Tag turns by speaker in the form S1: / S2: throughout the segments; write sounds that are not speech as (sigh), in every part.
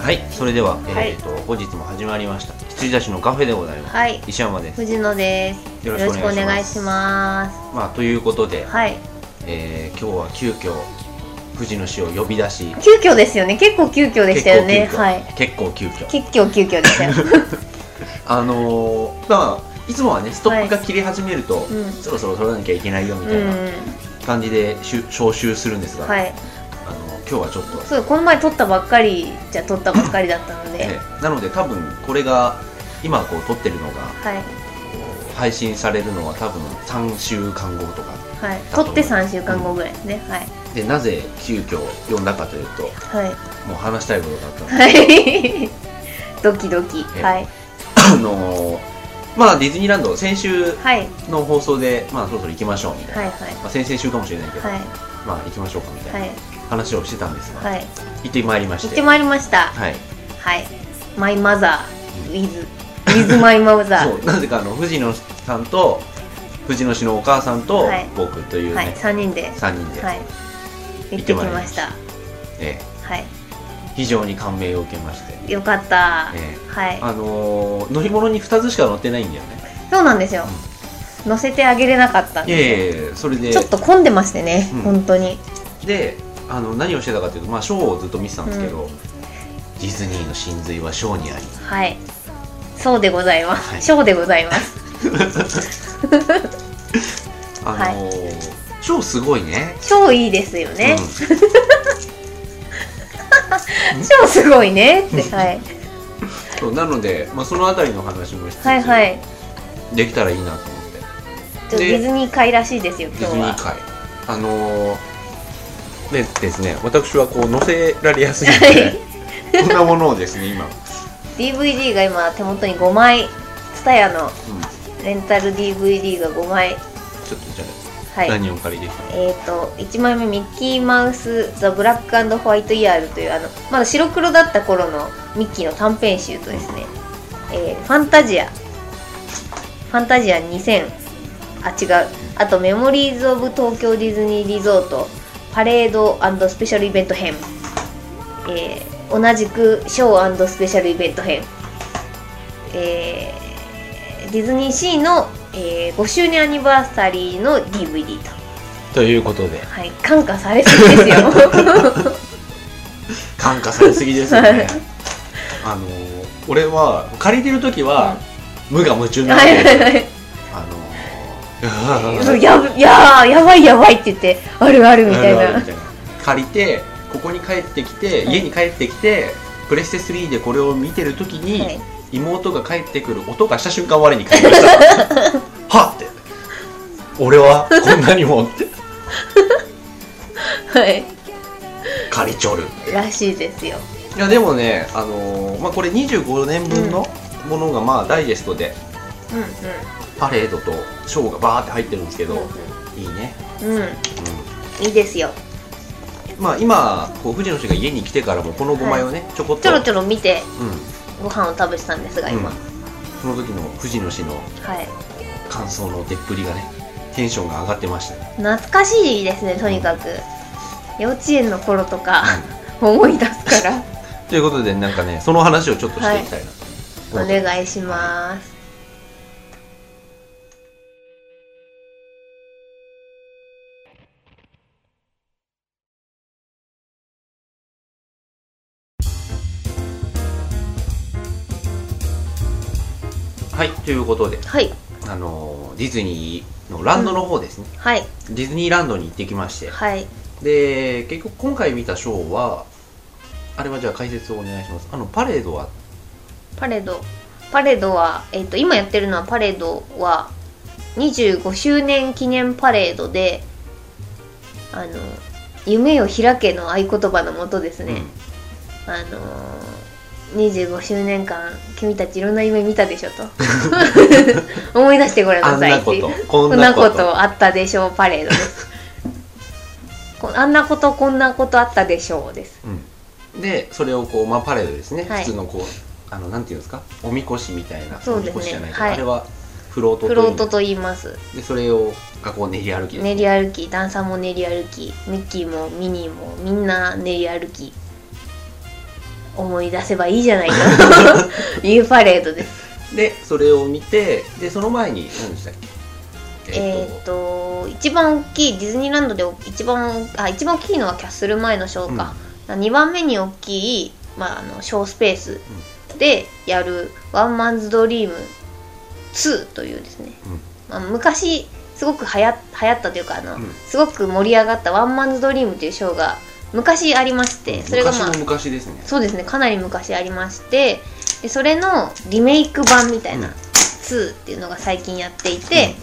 S1: はい、それでは、
S2: はい
S1: えっと本日も始まりました羊田市のカフェでございます、
S2: はい
S1: 石山です
S2: 藤野です
S1: よろしくお願いし
S2: ます
S1: まあということで、
S2: はい
S1: えー今日は急遽藤野氏を呼び出し
S2: 急遽ですよね結構急遽でしたよね
S1: 結構急遽
S2: はい
S1: 結構急遽
S2: 結構急遽で
S1: (laughs)
S2: したよ
S1: あのーまあいつもはねストックが切り始めると、
S2: ん
S1: そろそろ取らなきゃいけないよみ
S2: う
S1: たいなん感じでしゅ招集するんですが、
S2: はい
S1: あの今日はちょっと、
S2: そうこの前撮ったばっかりじゃ撮ったばっかりだったので、
S1: ねなので多分これが今こう撮ってるのが
S2: はい
S1: こう配信されるのは多分3週間後とか
S2: はい撮って3週間後ぐらいですね、はい
S1: でなぜ急遽呼んだかというと
S2: はい
S1: もう話したいことがあったので
S2: はい (laughs) ドキドキ
S1: え
S2: はい
S1: あのーまあディズニーランド先週
S2: はい
S1: の放送でまあそろそろ行きましょうみたいな、
S2: はいはい
S1: まあ、先々週かもしれないけど、
S2: はい
S1: まあ行きましょうかみたいな、
S2: はい
S1: 話をしてたんですが、
S2: はい
S1: 行ってまいりま
S2: 行
S1: し
S2: って
S1: て
S2: まいりました
S1: はい
S2: はいマイマザー with with マイマザー
S1: (laughs) そうなぜかあの藤野さんと藤野氏のお母さんと
S2: はい
S1: 僕というね、
S2: はい、三人で、
S1: 3人で、
S2: はい、行ってきました。
S1: ええ
S2: はい、
S1: 非常に感銘を受けまして、
S2: よかった。
S1: え
S2: はい
S1: え、あのー乗り物に2つしか乗ってないんだよね
S2: そうなんですよ。乗せてあげれなかったん
S1: い
S2: で
S1: やいやいやそれで
S2: ちょっと混んでましてね、
S1: うん
S2: 本当に。
S1: であの何をしてたかというと、まあ、ショーをずっと見てたんですけど、ディズニーの真髄はショーにあり
S2: はい。そうでございま
S1: はい
S2: す。ショーでございます。
S1: あのーショーすごいね
S2: ショーいいですよね。
S1: うん
S2: ショーすごいねって、はい、
S1: そうなので、まあ、そのあたりの話もしつつ、
S2: はいはい。
S1: できたらいいなと思って
S2: ちょっと
S1: で
S2: ディズニー界らしいですよ、
S1: デ
S2: 今
S1: ィズ
S2: 日
S1: ニー
S2: は。
S1: 界あのーでですね私はこう載せられやすいのでこんなものをですね今、うん
S2: DVD が今手元に5枚、ツタヤのレンタル DVD が5
S1: ち
S2: 枚。
S1: ょっとじゃあ、
S2: はい。
S1: 何をお借りできたの
S2: えー、と1枚目ミッキーマウス・ザ・ブラックホワイト・イヤールというあのまだ白黒だった頃のミッキーの短編集とですね、えーファンタジアファンタジア2000あ違うあとメモリーズ・オブ・東京ディズニーリゾートパレードスペシャルイベント編、えー同じくショースペシャルイベント編、えーディズニーシーの、え5周年アニバーサリーの DVD と。
S1: ということで
S2: はい、感化されすぎです
S1: (laughs)
S2: よ。
S1: 感化されすぎですよ
S2: は
S1: ね
S2: い
S1: あのー俺は借りてる時は、無我夢中なわ
S2: は
S1: けで
S2: い
S1: す
S2: はい
S1: よ
S2: はい
S1: あの
S2: (laughs)
S1: ー
S2: そうやぶ、やー、やばいやばいって言って、あるあるみたい
S1: あるある
S2: な
S1: み。たいな (laughs) 借りてここに帰ってきて、
S2: はい
S1: 家に帰ってきてプレステ3でこれを見てる時に、
S2: はい
S1: 妹が帰ってくる音がした瞬間我に返りま
S2: (laughs)
S1: したはっって俺はこんなにもって
S2: はい、
S1: 借りちょる
S2: らしいですよ。
S1: いやでもね、あのーまあ、これ25年分のものがまあダイジェストで
S2: うんうん
S1: パレードとショーがバーって入ってるんですけど、いいね、
S2: うん、うん、いいですよ。
S1: うん、まあ今こう藤野氏が家に来てからもこの5枚をね、ちょこっと
S2: ちょろちょろ見て、
S1: うん、
S2: ご飯を食べてたんですが、今。
S1: うんその時の藤野氏の
S2: はい、
S1: 感想の出っぷりがねテンションが上がってましたね
S2: 懐かしいですね、とにかく。幼稚園の頃とか、 (laughs) 思い出す
S1: (laughs)
S2: から、
S1: ということでなんかねその話をちょっとしていきたいな、
S2: お願いします。
S1: はいということで
S2: はい、
S1: あのーディズニーのランドの方ですね、
S2: はい、
S1: ディズニーランドに行ってきまして
S2: はい、
S1: で結局今回見たショーはあれはじゃあ解説をお願いしますあのパレードは
S2: パレードパレードは、えっと今やってるのはパレードは25周年記念パレードであの夢を開けの合言葉のもとですね、あの25周年間君たちいろんな夢見たでし
S1: (laughs)
S2: ょと思い出してごらん
S1: あ
S2: なんさい
S1: な
S2: って
S1: こ
S2: いう
S1: とこ
S2: こ
S1: ん
S2: ん
S1: な
S2: な
S1: こ
S2: こととあったでしょうパレードですこあんなことこんなことあったでしょうです
S1: うん、でそれをこう、まあ、パレードですね、
S2: はい
S1: 普通のこうあのなんていうんですかおみこしみたいな
S2: そうですね
S1: おみこしじゃないけど
S2: はい
S1: あれはフロート
S2: フ
S1: とい
S2: ロ
S1: う
S2: ートと言います
S1: でそれをがこう練り歩きですね
S2: 練り歩きダンサーも練り歩きミッキーもミニーもみんな練り歩き思い出せばいいじゃないかニューパレードです
S1: でそれを見てでその前に何でしたっけ
S2: え
S1: ー
S2: ーっと一番大きいディズニーランドで一番あ一番大きいのはキャッスル前のショーか、2番目に大きい、まあ、あのショースペースでやる「ワンマンズドリーム2」というですね、
S1: うん
S2: まあ、昔すごくはや流行ったというかあの、
S1: うん
S2: すごく盛り上がった「ワンマンズドリーム」というショーが昔ありましてそれがまあ
S1: 昔の昔ですね
S2: そうですねかなり昔ありましてでそれのリメイク版みたいな
S1: うん
S2: 2っていうのが最近やっていて、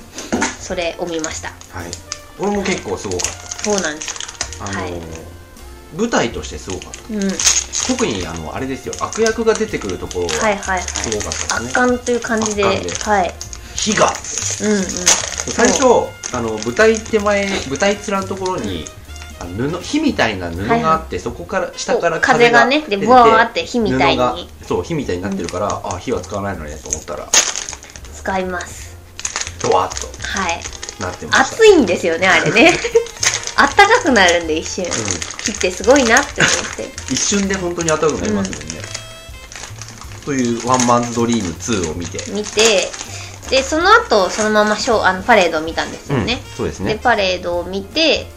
S2: それを見ました
S1: はいこれも結構すごかっ
S2: そうなんです
S1: たあのー、
S2: はい
S1: 舞台としてすごかった
S2: うんはい
S1: 特にあのあれですよ悪役が出てくるところ
S2: はい
S1: は
S2: はい
S1: すごかったです
S2: 圧
S1: ね、
S2: 巻という感じで
S1: 圧巻で
S2: はい
S1: 火が
S2: うんうん
S1: 最初あの舞台手前舞台面のところにあの布火みたいな布があって、そこから下から
S2: こう風がねでブワーって火みたい
S1: 布が
S2: に
S1: そう火みたいになってるから、あ火は使わないのねと思ったら
S2: 使います
S1: ドワーッ
S2: はい
S1: となってました
S2: 熱いんですよねあ
S1: (laughs)
S2: れねあったかくなるんで一瞬
S1: う
S2: 切ってすごいなって思って
S1: ん、一瞬で本当に暖かくなりますもんね、というワンマンズドリーム2を見て、
S2: 見てでその後そのままショーあのパレードを見たんですよね、
S1: うんそうです
S2: で
S1: ね
S2: パレードを見て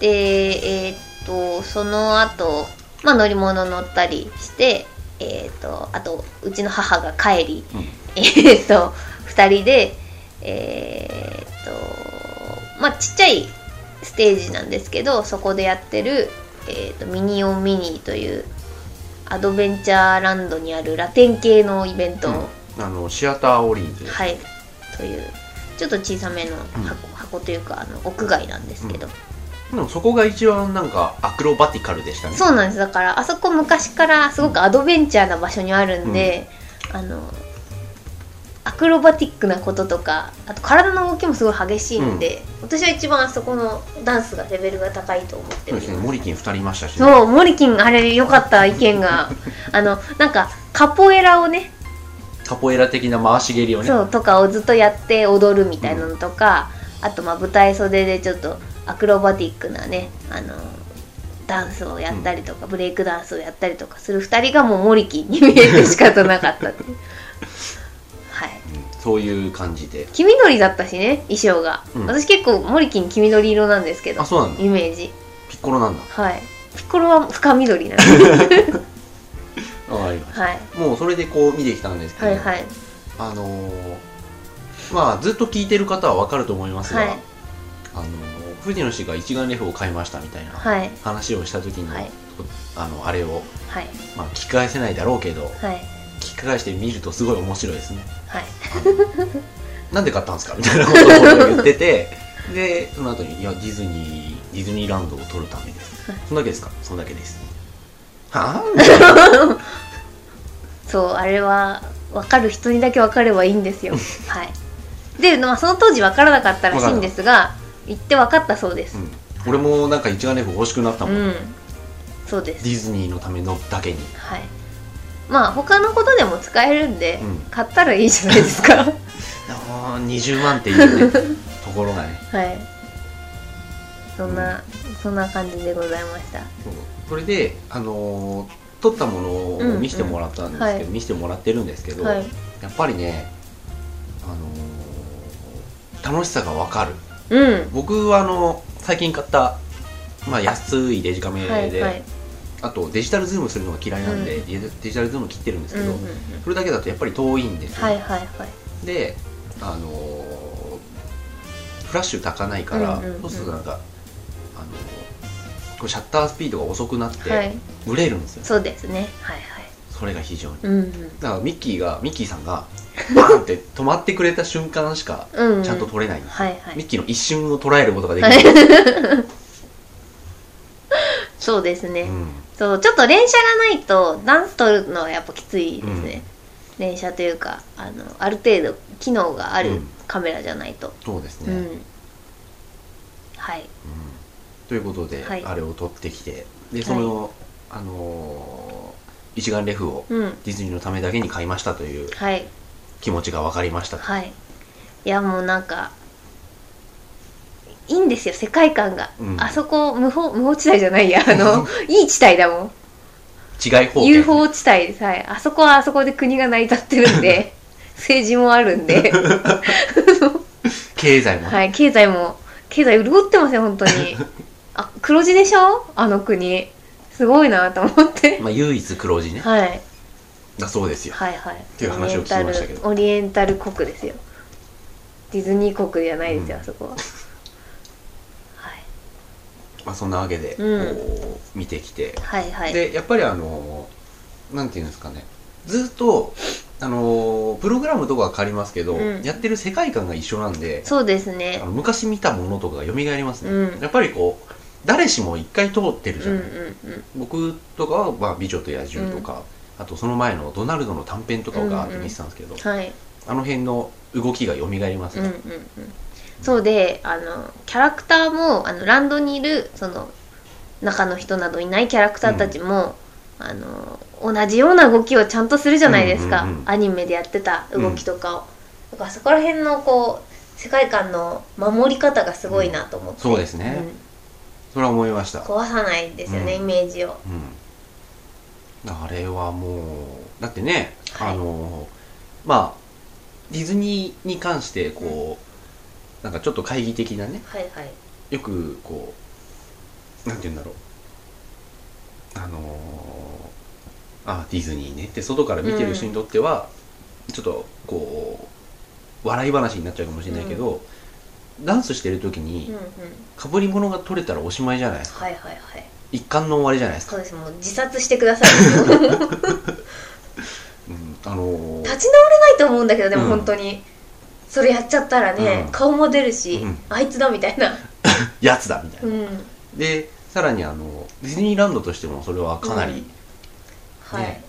S2: でえーっとその後、まあ乗り物乗ったりしてえーっとあとうちの母が帰り、
S1: うん
S2: えーっと2人でえーっとまあちっちゃいステージなんですけどそこでやってる、えーっとミニオンミニーというアドベンチャーランドにあるラテン系のイベントを、
S1: あのシアターオリーンズ、
S2: はい、というちょっと小さめの箱,、箱というかあの屋外なんですけど、
S1: でもそこが一番なんかアクロバティカルでしたね
S2: そうなんですだからあそこ昔からすごくアドベンチャーな場所にあるんで、あのアクロバティックなこととかあと体の動きもすごい激しいんで、私は一番あそこのダンスがレベルが高いと思って
S1: そ
S2: お
S1: うで
S2: り
S1: すね
S2: ます
S1: モリキン2人いましたし、ね、
S2: そうモリキンあれ良かった意見があのなんかカポエラをね
S1: カポエラ的な回し蹴りをね
S2: そうとかをずっとやって踊るみたいなのとか、あとまあ舞台袖でちょっとアクロバティックなねあのダンスをやったりとか、ブレイクダンスをやったりとかする2人がもうモリキンに見えて仕方なかったっていう
S1: (laughs)
S2: はい
S1: そういう感じで
S2: 黄緑だったしね衣装が、
S1: うん
S2: 私結構モリキン黄緑色なんですけど
S1: あそうなんだ
S2: イメージ
S1: ピッコロなんだ
S2: はいピッコロは深緑な
S1: (laughs)
S2: んです、
S1: わかりま
S2: はい、
S1: すもうそれでこう見てきたんですけど、
S2: はいはい
S1: あのーまあずっと聞いてる方はわかると思いますが、
S2: はい
S1: あのー藤野氏が一眼レフを買いましたみたいな
S2: はい
S1: 話をした時に、
S2: はい
S1: あのあれを、
S2: はい
S1: まあ、聞き返せないだろうけど
S2: はい
S1: 聞き返してみるとすごい面白いですね
S2: はい
S1: なんで買ったんですかみたいなことを言ってて (laughs) でその後に「いやディズニーディズニーランドを撮るためです
S2: はい」
S1: そんだけですかそんだけですはあみたいな
S2: そうあれは分かる人にだけ分かればいいんですよはいで、まあ、その当時分からなかったらしいんですが行って分かったそうです
S1: うん俺もなんか一眼レフ欲しくなった
S2: う
S1: も
S2: ん、
S1: ん、
S2: そうで
S1: デ
S2: す
S1: ィズニーのためのだけに
S2: はいまあ他のことでも使えるんで、
S1: うん
S2: 買ったらいいじゃないですかはい
S1: あー20万っていう、ね、 (laughs) ところがね
S2: そんな、そんな感じでございました
S1: そうそれで、あのー撮ったものを見せてもらったんですけど、
S2: うんうんはい
S1: 見せてもらってるんですけど、
S2: はい
S1: やっぱりね、あのー楽しさがわかる
S2: うん
S1: 僕はあの最近買った、まあ、安いデジカメで、
S2: はいはい
S1: あとデジタルズームするのが嫌いなんで、
S2: う
S1: デジデジタルズーム切ってるんです
S2: う
S1: け
S2: んう
S1: ど、
S2: んうん
S1: それだけだとやっぱり遠いんですよ、
S2: はいはいはい
S1: であのーフラッシュ焚かないから、
S2: うんうんうん
S1: そうするとなんか、あのーこうシャッタースピードが遅くなって、
S2: はい
S1: ブレるんですよ
S2: そうですねはいはい
S1: それが非常に
S2: うん
S1: だからミッキーがミッキーさんがバーンって止まってくれた瞬間しか
S2: うん、うんうん、
S1: ちゃんと撮れない、
S2: はいはい
S1: ミッキーの一瞬を捉えることができない、
S2: (laughs) はいそうですね、
S1: うん
S2: そうちょっと連射がないとダンス撮るのはやっぱきついですね、連射というかあのある程度機能があ
S1: う
S2: る
S1: ん
S2: カメラじゃないと
S1: そうです
S2: う
S1: ね、
S2: ん、
S1: うん
S2: はい
S1: ということで、
S2: はい
S1: あれを撮ってきてでその、あのー一眼レフを
S2: うん
S1: ディズニーのためだけに買いましたという
S2: はい
S1: 気持ちが分かりました、
S2: はいいやもうなんかいいんですよ世界観が、
S1: うん (laughs)
S2: あそこ無法無法地帯じゃないやあのいい地帯だもん
S1: 違い方
S2: UFO 地帯でさえあそこはあそこで国が成り立ってる
S1: (laughs)
S2: んで政治もあるんで
S1: 経済も、
S2: はい経済も経済潤ってますよ
S1: (laughs)
S2: 本当にあ黒字でしょあの国すごいなと思って
S1: まあ、唯一黒字ね
S2: はい
S1: だそうですよ
S2: はいはいって
S1: いう話を聞きましたけど
S2: オリエンタル国ですよディズニー国じゃないですよ、
S1: うん
S2: あそこははい
S1: まあ、そんなわけで、
S2: うん
S1: こう見てきて、
S2: はいはい
S1: でやっぱりあのなんていうんですかねずっとあのプログラムとかは変わりますけど、
S2: うん
S1: やってる世界観が一緒なんで
S2: そうです
S1: あ
S2: ね
S1: の昔見たものとかが蘇りますね、
S2: うん
S1: やっぱりこう誰しも一回通ってる
S2: うん
S1: じゃ
S2: う
S1: ない、
S2: んうん
S1: 僕とかは、まあ、美女と野獣とか、あとその前のドナルドの短編とかをガーって見てたんですけど、
S2: はい
S1: あの辺の動きが蘇ります
S2: うんうんうん
S1: ね、
S2: そうであのキャラクターもあのランドにいるその中の人などいないキャラクターたちも、あの同じような動きをちゃんとするじゃないですか、
S1: うんうんうん
S2: アニメでやってた動きとかを、だからそこら辺のこう世界観の守り方がすごいなと思って、
S1: そうですね、それは思いました、
S2: うん壊さないですよね、
S1: うん
S2: イメージを
S1: うん、あれはもうだってね、
S2: は
S1: あ
S2: い
S1: のまあディズニーに関してこう、なんかちょっと懐疑的なね
S2: はいはい
S1: よくこうなんて言うんだろうあのあディズニーねって外から見てる人にとっては、ちょっとこう笑い話になっちゃうかもしれないけど、ダンスしてる時
S2: うん
S1: に
S2: うん
S1: かぶり物が取れたらおしまいじゃないですか、
S2: はいはいはい
S1: 一巻の終わりじゃないですか、
S2: そうですもう自殺してくださ (laughs) い立ち直れ
S1: うんあのー
S2: ないと思うんだけどでも、
S1: うん
S2: 本当にそれやっちゃったらね、
S1: うん
S2: 顔も出るし、
S1: うん
S2: あいつだみたいな
S1: やつだみたいな、
S2: うん
S1: でさらにあのディズニーランドとしてもそれはかなり、
S2: はい、
S1: ね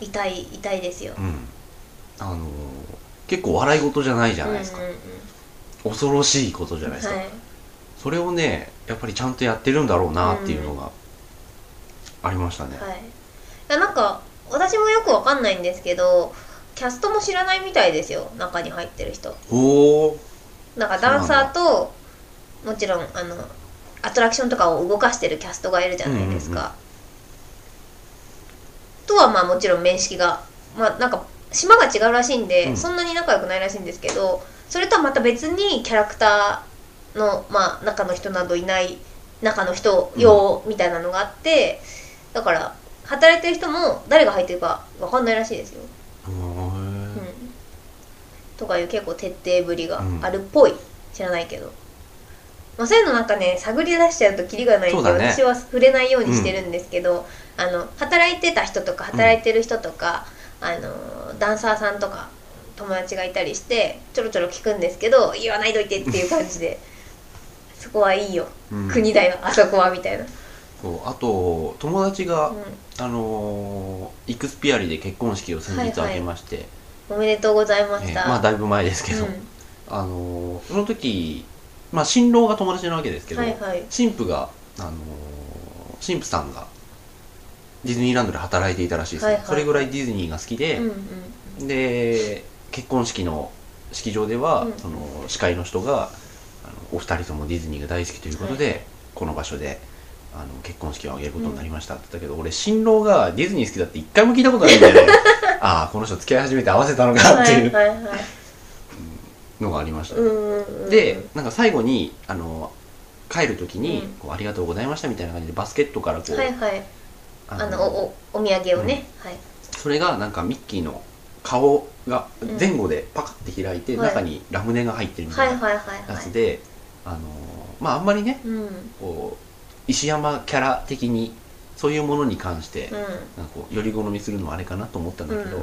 S2: 痛い痛いですよ
S1: うんあのー結構笑い事じゃないじゃないですか、
S2: うんうんうん
S1: 恐ろしいことじゃないですか、
S2: はい
S1: それをねやっぱりちゃんとやってるんだろうなっていうのがありましたね、
S2: はいいやなんか私もよくわかんないんですけどキャストも知らないみたいですよ中に入ってる人
S1: おお
S2: なんかダンサーともちろんあのアトラクションとかを動かしてるキャストがいるじゃないですか、
S1: うんう
S2: とはまあもちろん面識がまあなんか島が違うらしいんで、
S1: うん
S2: そんなに仲良くないらしいんですけどそれとはまた別にキャラクターのまあ中の人などいない中の人用みたいなのがあって、だから働いてる人も誰が入ってるかわかんないらしいですよ、うんとかいう結構徹底ぶりがあるっぽい、知らないけど、まあ、そういうのなんかね探り出しちゃうとキリがないん
S1: そう
S2: で、
S1: だね
S2: 私は触れないようにしてるんですけど、あの働いてた人とか働いてる人とか、あのダンサーさんとか友達がいたりしてちょろちょろ聞くんですけど言わないといてっていう感
S1: (laughs)
S2: じでそこはいいよ、
S1: うん
S2: 国だよあそこはみたいな、
S1: そうあと友達が、
S2: う
S1: あのーイクスピアリで結婚式を先日挙げまして、
S2: ん、おめでとうございまし
S1: ね
S2: た、
S1: まあだいぶ前ですけど、
S2: う
S1: あのーその時まあ新郎が友達なわけですけ
S2: ん、
S1: ど、
S2: はい
S1: (laughs)
S2: はい
S1: 神父が、あのー神父さんがディズニーランドで働いていたらしいですね、
S2: はいはい
S1: それぐらいディズニーが好きで
S2: うん、うん
S1: で結婚式の式場では、
S2: うん
S1: その司会の人があのお二人ともディズニーが大好きということで、この場所であの結婚式を挙げることになりましたって言ったけど、俺新郎がディズニー好きだって一回も聞いたことないんだ
S2: (laughs)
S1: よねああこの人付き合い始めて合わせたのかっ
S2: は
S1: てい
S2: いうはいはい
S1: のがありましたね、
S2: うんうんうん
S1: でなんか最後にあの帰る時に、
S2: うん
S1: こう「ありがとうございました」みたいな感じでバスケットからこう、
S2: はいはいあのおおお土産をね、はい
S1: それがなんかミッキーの顔が
S2: うん
S1: 前後でパカッて開いて、
S2: はい
S1: 中にラムネが入ってるみた
S2: はい
S1: いな
S2: はいはい
S1: や
S2: は
S1: つ
S2: い
S1: で、あのーまああんまりね
S2: うんうん
S1: こう石山キャラ的にそういうものに関して、なんかこうより好みするのはあれかなと思ったんだけど、
S2: うん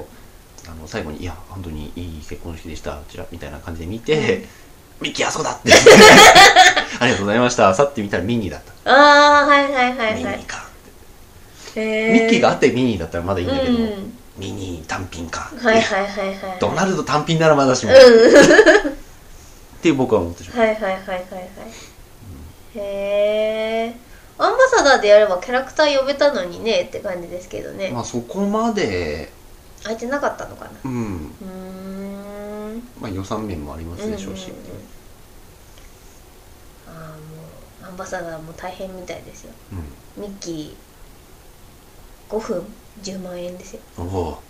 S1: あの最後に「いや本当にいい結婚式でしたうちら」みたいな感じで見て
S2: うん
S1: 「ミッキーあそこだ!」って
S2: (laughs)
S1: ありがとうございました去ってみたらミニーだった、
S2: ああはいはいはいは
S1: ミニ
S2: い
S1: ーか、
S2: へ
S1: ミッキーがあってミニーだったらまだいいんだけど、
S2: うん
S1: ミニー単品か、
S2: はいはいはいはい
S1: ドナルド単品ならまだしも、
S2: うん
S1: って僕は思ってしまう
S2: はいはいはいはいはいへえアンバサダーでやればキャラクター呼べたのにねって感じですけどね
S1: まあそこまで、
S2: 空いてなかったのかな
S1: うん
S2: うーん
S1: まあ、予算面もありますでしょうし、
S2: んんんああもうアンバサダーも大変みたいですよ
S1: うん
S2: ミッキー5分10万円ですよ
S1: おお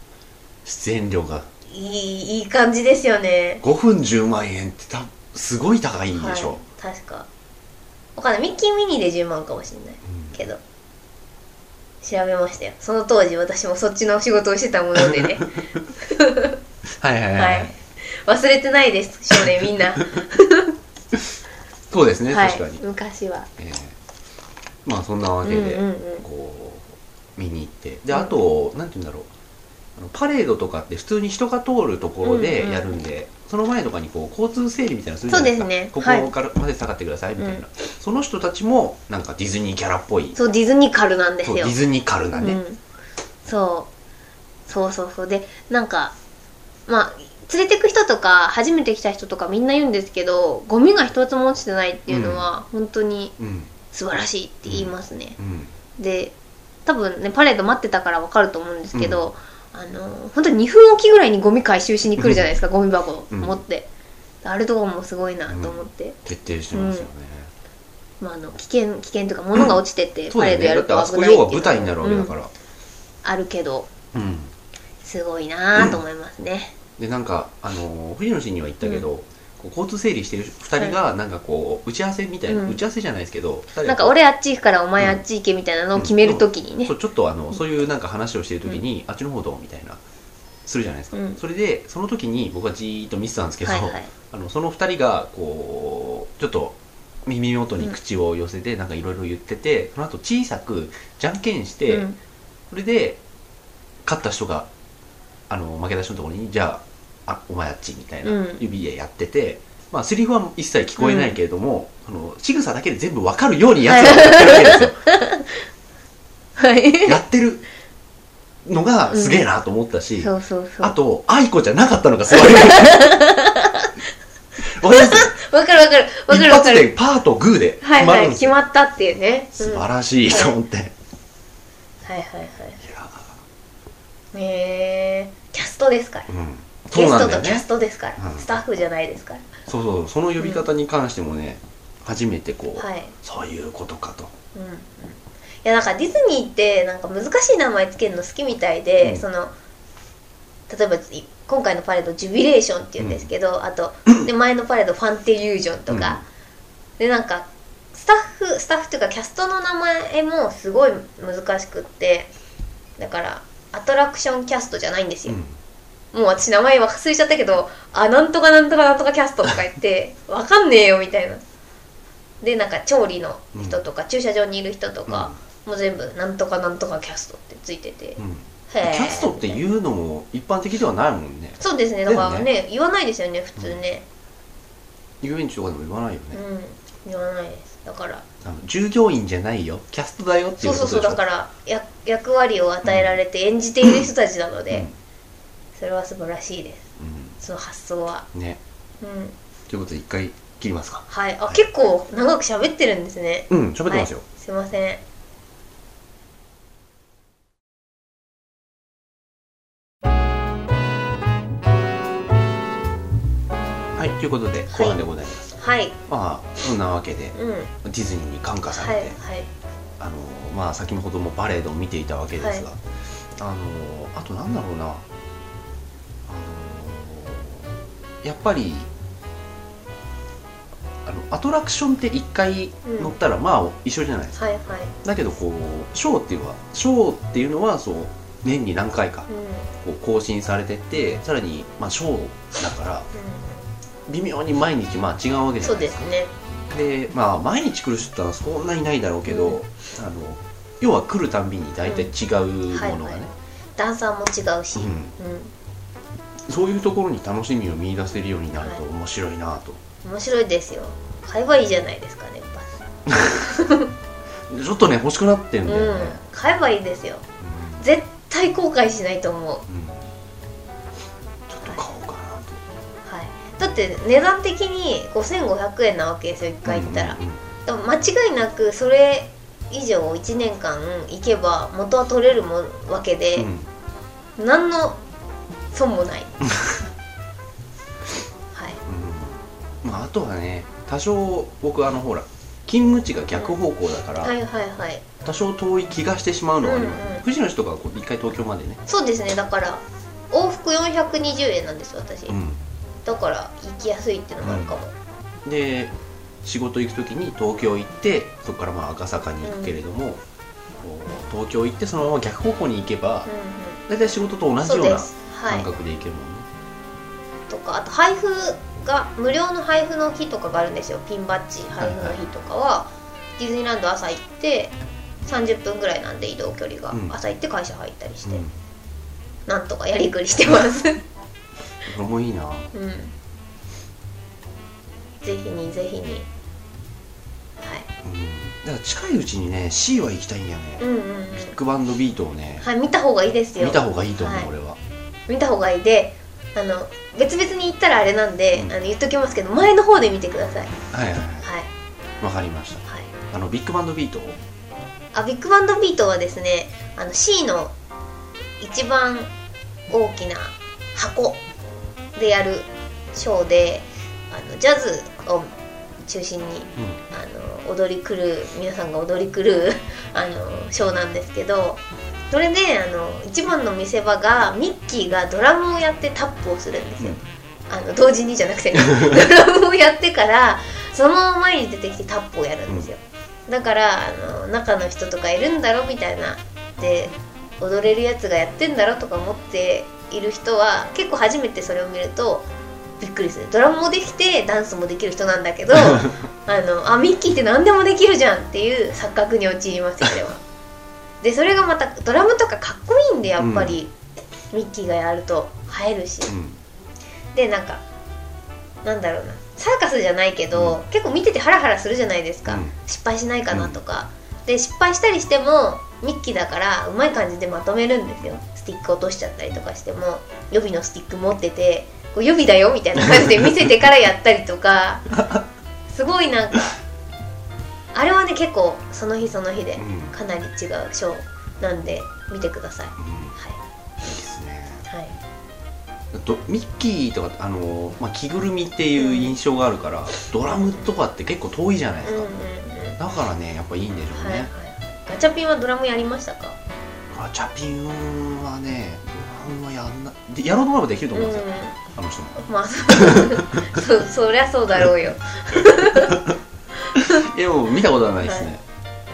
S1: 出演料が
S2: いいいい感じですよね
S1: 5分10万円ってたすごい高いんでしょ、
S2: はい、確かわかんないミッキーミニで10万かもしれない
S1: うん
S2: けど調べましたよその当時私もそっちの仕事をしてたもの
S1: (laughs)
S2: でね
S1: はいはいはい、
S2: はい忘れてないです少年みん
S1: (laughs)
S2: な
S1: そうですね、
S2: はい
S1: 確かに、
S2: 昔は
S1: えーまあそんなわけで、
S2: うんうんうん
S1: こう見に行ってで
S2: うん
S1: あと、なんて言うんだろうあのパレードとかって普通に人が通るところ
S2: うんう
S1: で
S2: ん
S1: やるんで、その前とかにこう交通整理みたいなのするじゃ
S2: そう
S1: ないです
S2: で
S1: すか
S2: ね
S1: こ
S2: はい
S1: こからまで下がってくださいみたいな、その人たちもなんかディズニーキャラっぽい
S2: そうディズニカルなんです
S1: そう
S2: よ
S1: ディズニーカルなね、
S2: うん、そうそうそうそうでなんかまあ連れてく人とか初めて来た人とかみんな言うんですけどゴミが一つも落ちてないっていうのは本当に
S1: うんうん
S2: 素晴らしいって言いますね、で多分ねパレード待ってたから分かると思うんですけど、あの本当に2分おきぐらいにゴミ回収しに来るじゃないですか、ゴミ箱を持って、あれとかもすごいなと思って、
S1: 徹底してますよね、
S2: まあ、あの危険危険というか物が落ちてて
S1: そう
S2: パ
S1: だ
S2: レ
S1: よ
S2: ード
S1: ねだっ
S2: やる
S1: て
S2: と
S1: あそ
S2: 危
S1: こ
S2: ないっていう
S1: 要は舞台になるわけだから、
S2: ら、あるけど
S1: うん
S2: すごいなと思いますね、
S1: でなんかあのー藤野氏には言ったけど、こう交通整理してる2人がなんかこう打ち合わせみたいな、
S2: うん
S1: 打ち合わせじゃないですけど二人がこう
S2: なんか俺あっち行くからお前あっち行けみたいなのを決めるときにね、
S1: そうちょっとあのそういうなんか話をしてる時に、あっちの方どうみたいなするじゃないですか、
S2: うん
S1: それでその時に僕はじーっと見てたんですけど、
S2: はいはい
S1: あのその2人がこうちょっと耳元に口を寄せてなんかいろいろ言ってて、その後小さくじゃんけんして、
S2: うん
S1: それで勝った人があの負けた人のところにじゃああお前あっちみたいな
S2: うん
S1: 指でやってて、まあセリフは一切聞こえないけれども、その仕草だけで全部わかるようにやつがやってるわけ
S2: (laughs)
S1: ですよ
S2: はい
S1: やってるのがすげえなと思ったし、
S2: そうそうそう
S1: あと、愛子じゃなかったのがすごい。わ
S2: (laughs)
S1: かります
S2: わかるわかるわ
S1: 一
S2: かるわ
S1: 発
S2: かる
S1: でパーとグーで
S2: は
S1: 決
S2: い
S1: ま
S2: は
S1: るん
S2: い
S1: です
S2: 決
S1: よ。
S2: まったっていうね、
S1: 素晴
S2: は
S1: らしいと思って。い
S2: いはいはい
S1: や
S2: えー、キャストですから、
S1: ーうん。そう
S2: ゲス
S1: な
S2: ト
S1: んだよ
S2: とキャ
S1: ね
S2: ス。トですから、
S1: うん
S2: スタッフじゃないですから
S1: そうそう、その呼び方に関してもね、初めてこう、
S2: はい、
S1: そういうことかと。
S2: うんうん、いやなんかディズニーってなんか難しい名前つけるの好きみたい
S1: う
S2: で、
S1: ん
S2: その例えばい今回のパレード「ジュビレーション」って言うんですけど、あとで前のパレード「ファンテリュージョン」とか、でなんかスタッフスタッフというかキャストの名前もすごい難しくってだからアトラクションキャストじゃないんです
S1: う
S2: よ、
S1: ん。
S2: もう私名前忘れちゃったけど「あなんとかなんとかなんとかキャスト」とか言って (laughs) 「わかんねえよ」みたいなでなんか調理の人とか、駐車場にいる人とか、もう全部「なんとかなんとかキャスト」ってついてて、
S1: うん。キ
S2: へえ
S1: ャストって
S2: う
S1: いうのも一般的ではないもんね。
S2: そうですねだからね言わないですよね普通ね
S1: 遊園地とかでも言わないよ
S2: う
S1: ね。
S2: ん、言わないですだから
S1: あの従業員じゃないよ。キャストだよってい
S2: そうう
S1: こ
S2: そ
S1: と
S2: う
S1: でし
S2: そ
S1: ょ。
S2: うだからや役割を与えられて演じている人たちなので、それは素晴らしいです
S1: うん。
S2: その発想は
S1: うん。ね。
S2: うん
S1: ということで一回切りますか
S2: はいあ結構長く喋ってるんですね
S1: うん喋ってますよ、
S2: はい、すいません
S1: はい、ということで後半でございます、
S2: はい
S1: まあそんなわけで
S2: うんはい
S1: ディズニーに感化さ
S2: は
S1: れて、
S2: い
S1: あのまあ先ほどもパレードを見ていたわけですが、
S2: は
S1: あのあとなんだろうな、あのやっぱりあのアトラクションって一回乗ったら、まあ一緒じゃないですか
S2: はいはい
S1: だけどこうショーっていうのはショーっていうのはそう年に何回か
S2: うん
S1: こう更新されてってさらにまあショーだから
S2: う
S1: 微妙に毎日まあ違うわけ
S2: ん
S1: じゃ
S2: そ
S1: な
S2: う
S1: いで
S2: で
S1: すか
S2: すね
S1: でまあ毎日来る人はそんなにいないだろうけど、
S2: うん
S1: あの要は来るたんびに大体違うものがね、
S2: はいはいダンサーも違うし、う
S1: うんそういうところに楽しみを見出せるようになると面白いなと、
S2: ん、面白いですよ買えばいいじゃないですかねパス
S1: ちょっとね欲しくなってんだ
S2: う
S1: よ
S2: ん
S1: ね、
S2: 買えばいいですよ絶対後悔しないと思う
S1: うんうんちょっと買おうかなと
S2: はいだって値段的に5500円なわけですよ1回行ったら
S1: うん、うんうん
S2: でも間違いなくそれ以上1年間行けば元は取れるもんわけで、
S1: うん
S2: 何の損もない
S1: (laughs)
S2: はい
S1: うんまあ、あとはね多少僕あのほら勤務地が逆方向だから、
S2: はいはいはい
S1: 多少遠い気がしてしまうのはあります、
S2: うんうん
S1: 富士の人がこう一回東京までね、
S2: そうですねだから往復420円なんです私、
S1: う
S2: だから行きやすいっていうのがあるかも、
S1: ん、で仕事行く時に東京行ってそこからまあ赤坂に行くけれども、こう東京行ってそのまま逆方向に行けば
S2: うんうん
S1: 大体仕事と同じ
S2: そう
S1: よう
S2: で
S1: な
S2: すは
S1: 感
S2: い
S1: 覚で行けるもんね、
S2: とかあと配布が無料の配布の日とかがあるんですよピンバッジ配布の日とかはディズニーランド朝行って30分ぐらいなんで移動距離が、
S1: うん
S2: 朝行って会社入ったりして、
S1: うん
S2: なんとかやりくりしてます、
S1: (laughs)
S2: うん、
S1: これもいいな
S2: ぜひにぜひにはい
S1: うんだから近いうちにね C は行きたいんだよね、
S2: うんうんうん
S1: ビッグバンドビートをね、
S2: はい見た方がいいですよ
S1: 見た方がいいと思う、
S2: はい
S1: 俺は
S2: 見た方がいいであの別々に行ったらあれなんで、
S1: うん
S2: あの言っときますけど前の方で見てください
S1: はいはいは
S2: はい
S1: いわかりました
S2: はい
S1: あのビッグバンドビートを
S2: あビッグバンドビートはですねあの C の一番大きな箱でやるショーであのジャズを中心にあの踊り狂う皆さんが踊り狂う (laughs) あのショーなんですけどそれであの一番の見せ場がミッキーがドラムをやってタップをするんですよ、あの同時にじゃなく (laughs) てねドラムをやってからそのまま前に出てきてタップをやるんですよ、だからあの中の人とかいるんだろみたいなで踊れるやつがやってんだろとか思っている人は結構初めてそれを見るとびっくりするドラムもできてダンスもできる人なんだけ (laughs) どあのあミッキーって何でもできるじゃんっていう錯覚に陥りますよ
S1: (laughs)
S2: れはでそれがまたドラムとかかっこいいんでやっぱり、ミッキーがやると映えるし、
S1: うん
S2: でなんかなんだろうなサーカスじゃないけど、結構見ててハラハラするじゃないですか、
S1: うん
S2: 失敗しないかなとか、で失敗したりしてもミッキーだからうまい感じでまとめるんですよスティック落としちゃったりとかしても予備のスティック持っててこう予備だよみたいな感じで見せてからやったりとかすごいなんかあれはね結構その日その日で
S1: うん
S2: かなり違うショーなんで見てください、は
S1: うん
S2: い
S1: いいですね
S2: はい、
S1: とミッキーとかあの、まあ、着ぐるみっていう印象があるから、ドラムとかって結構遠いじゃないで
S2: う
S1: す
S2: ん
S1: か、
S2: うんうん
S1: だからねやっぱいいんでしょう
S2: はいはい
S1: ね、、
S2: ガチャピンはドラムやりましたか
S1: ガチャピンはねドラムはやんなでやろうと思えばできると思うんですよ、
S2: う
S1: あの人も
S2: んまあそそりゃそう (laughs) だろうよ
S1: いやもう見たことはないですね、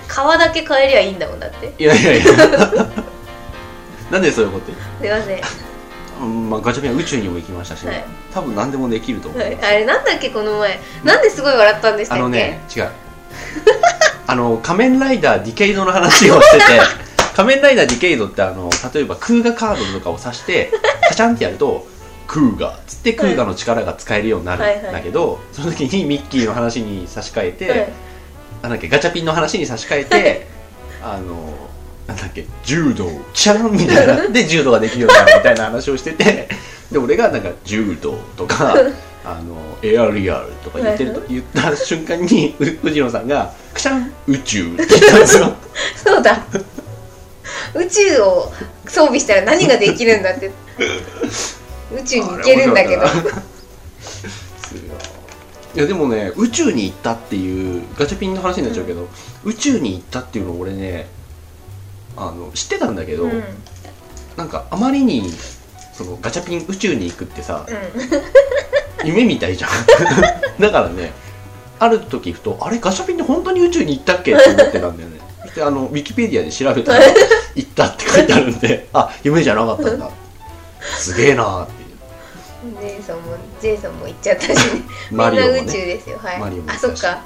S2: 皮だけ変えりゃいいんだもんだって
S1: い、やいやい (laughs) やなんでそういうこと言
S2: すいません、
S1: う、うんまあ、ガチャピンは宇宙にも行きましたし、ね
S2: はい
S1: 多分何でもできると思い
S2: は
S1: ます、
S2: い、あれなんだっけこの前なんですごい笑ったんでしたっ
S1: あ
S2: け
S1: のね、違う。 (laughs) あの、仮面ライダーディケイドの話を
S2: (laughs)
S1: してて、仮面ライダーディケイドってあの、例えばクーガカードとかを刺
S2: (laughs)
S1: して、カチャンってやると、クーガっつってクーガの力が使えるようになる
S2: はいはい
S1: んだけど、その時にミッキーの話に差し替えて、なんだっけ、ガチャピンの話に差し替えて、あの、なんだっけ、柔道、チャンみたいな。で、柔道ができるようになるみたいな話をしてて、で、俺がなんか、柔道とか、あの、エアリアルとか言ってると、言った瞬間に、う藤野さんが、くしゃん、宇宙って言ったんですよ。
S2: そうだ宇宙を装備したら何ができるんだって宇宙に行けるんだけど
S1: あれ面白かったなすごいいやでもね宇宙に行ったっていうガチャピンの話になっちゃうけど、宇宙に行ったっていうのを俺ねあの知ってたんだけど、
S2: うんうん
S1: なんかあまりにそのガチャピン宇宙に行くってさ夢みたいじゃん (laughs) だからねある時ふとあれガチャピンって本当に宇宙に行ったっけって思ってたんだよねであのウィキペディアで調べたら行ったって書いてあるんであ夢じゃなかったんだすげえなーっていう
S2: ジェイソンもジェイソンも行っちゃったしね
S1: (laughs)
S2: みん
S1: マ
S2: な
S1: リオも
S2: 宇宙
S1: ね
S2: ですよはい
S1: マリオも行った
S2: あ
S1: し
S2: そっか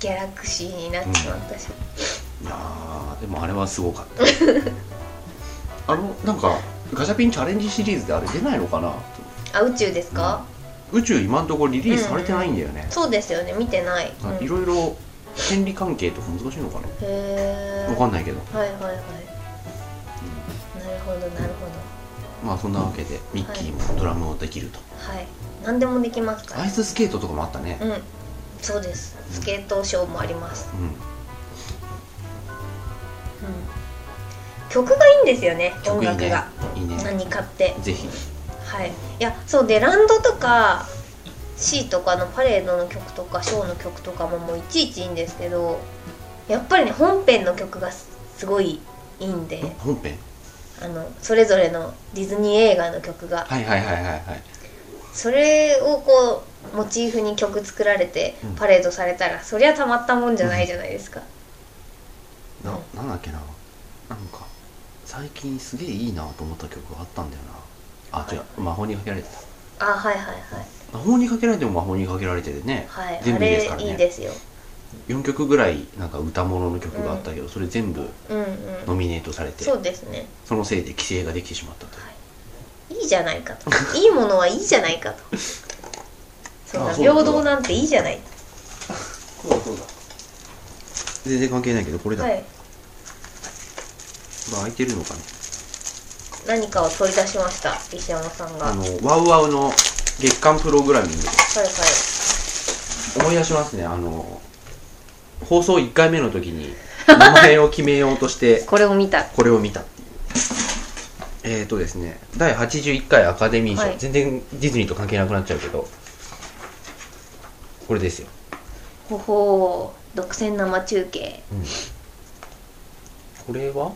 S2: ギャラクシーになっちまったし、
S1: いやーでもあれはすごかったあのなんかガチャピンチャレンジシリーズであれ出ないのかなと
S2: あ宇宙ですか、
S1: 宇宙今んとこリリースされてないんだよね、
S2: そうですよね見てない、うん
S1: あい
S2: へ
S1: ろいろ権利関係とか難しいのかな
S2: え
S1: わかんないけど
S2: はいはいはいなるほどなるほど
S1: まあそんなわけでミッキーもドラムをできると、
S2: はい何でもできますか
S1: アイススケートとかもあったね
S2: らうんそうですスケートショーもあります、
S1: うん
S2: うん、曲がいいんですよね音
S1: 曲いいね
S2: 楽が
S1: いいね
S2: 何かって
S1: ぜひ
S2: はいいやそうでランドとか C とかのパレードの曲とかショーの曲とかももういちいちいいんですけどやっぱりね本編の曲がすすごいいいんで
S1: ん本編
S2: あのそれぞれのディズニー映画の曲が
S1: はいはいはいはいはい
S2: それをこうモチーフに曲作られて
S1: うん
S2: パレードされたら、そりゃたまったもんじゃないじゃないですか、
S1: ななんだっけななんか最近すげえいいなと思った曲があったんだよなあ違う魔法にかけられてた
S2: あはいはいはい
S1: 魔法にかけられても魔法にかけられてでね、
S2: はい、
S1: 全
S2: あ
S1: 部いいで
S2: れ
S1: すから
S2: いい
S1: ね
S2: ですよ
S1: 4曲ぐらいなんか歌物の曲があったけど、それ全部
S2: うんう
S1: ノ
S2: ん
S1: ミネートされて、
S2: そうですね
S1: そのせいで規制ができてしまったという
S2: いいじゃないかといいものはいいじゃないか
S1: (laughs)
S2: とそん
S1: あ
S2: な
S1: そうだ
S2: 平等なんていいじゃない
S1: そうだそうだ全然関係ないけどこれだ、
S2: は
S1: こ
S2: い
S1: れ開いてるのかね
S2: 何かを取り出しました石山さんが
S1: あ
S2: はいは
S1: のワウワウの月間プログラミング
S2: い
S1: 思い出しますねあの放送1回目の時に名前を決めようとして
S2: これを見た
S1: これを見たっていうえーとですね第81回アカデミー賞、
S2: はい
S1: 全然ディズニーと関係なくなっちゃうけどこれですよ、
S2: ほほー独占生中継
S1: うんこれは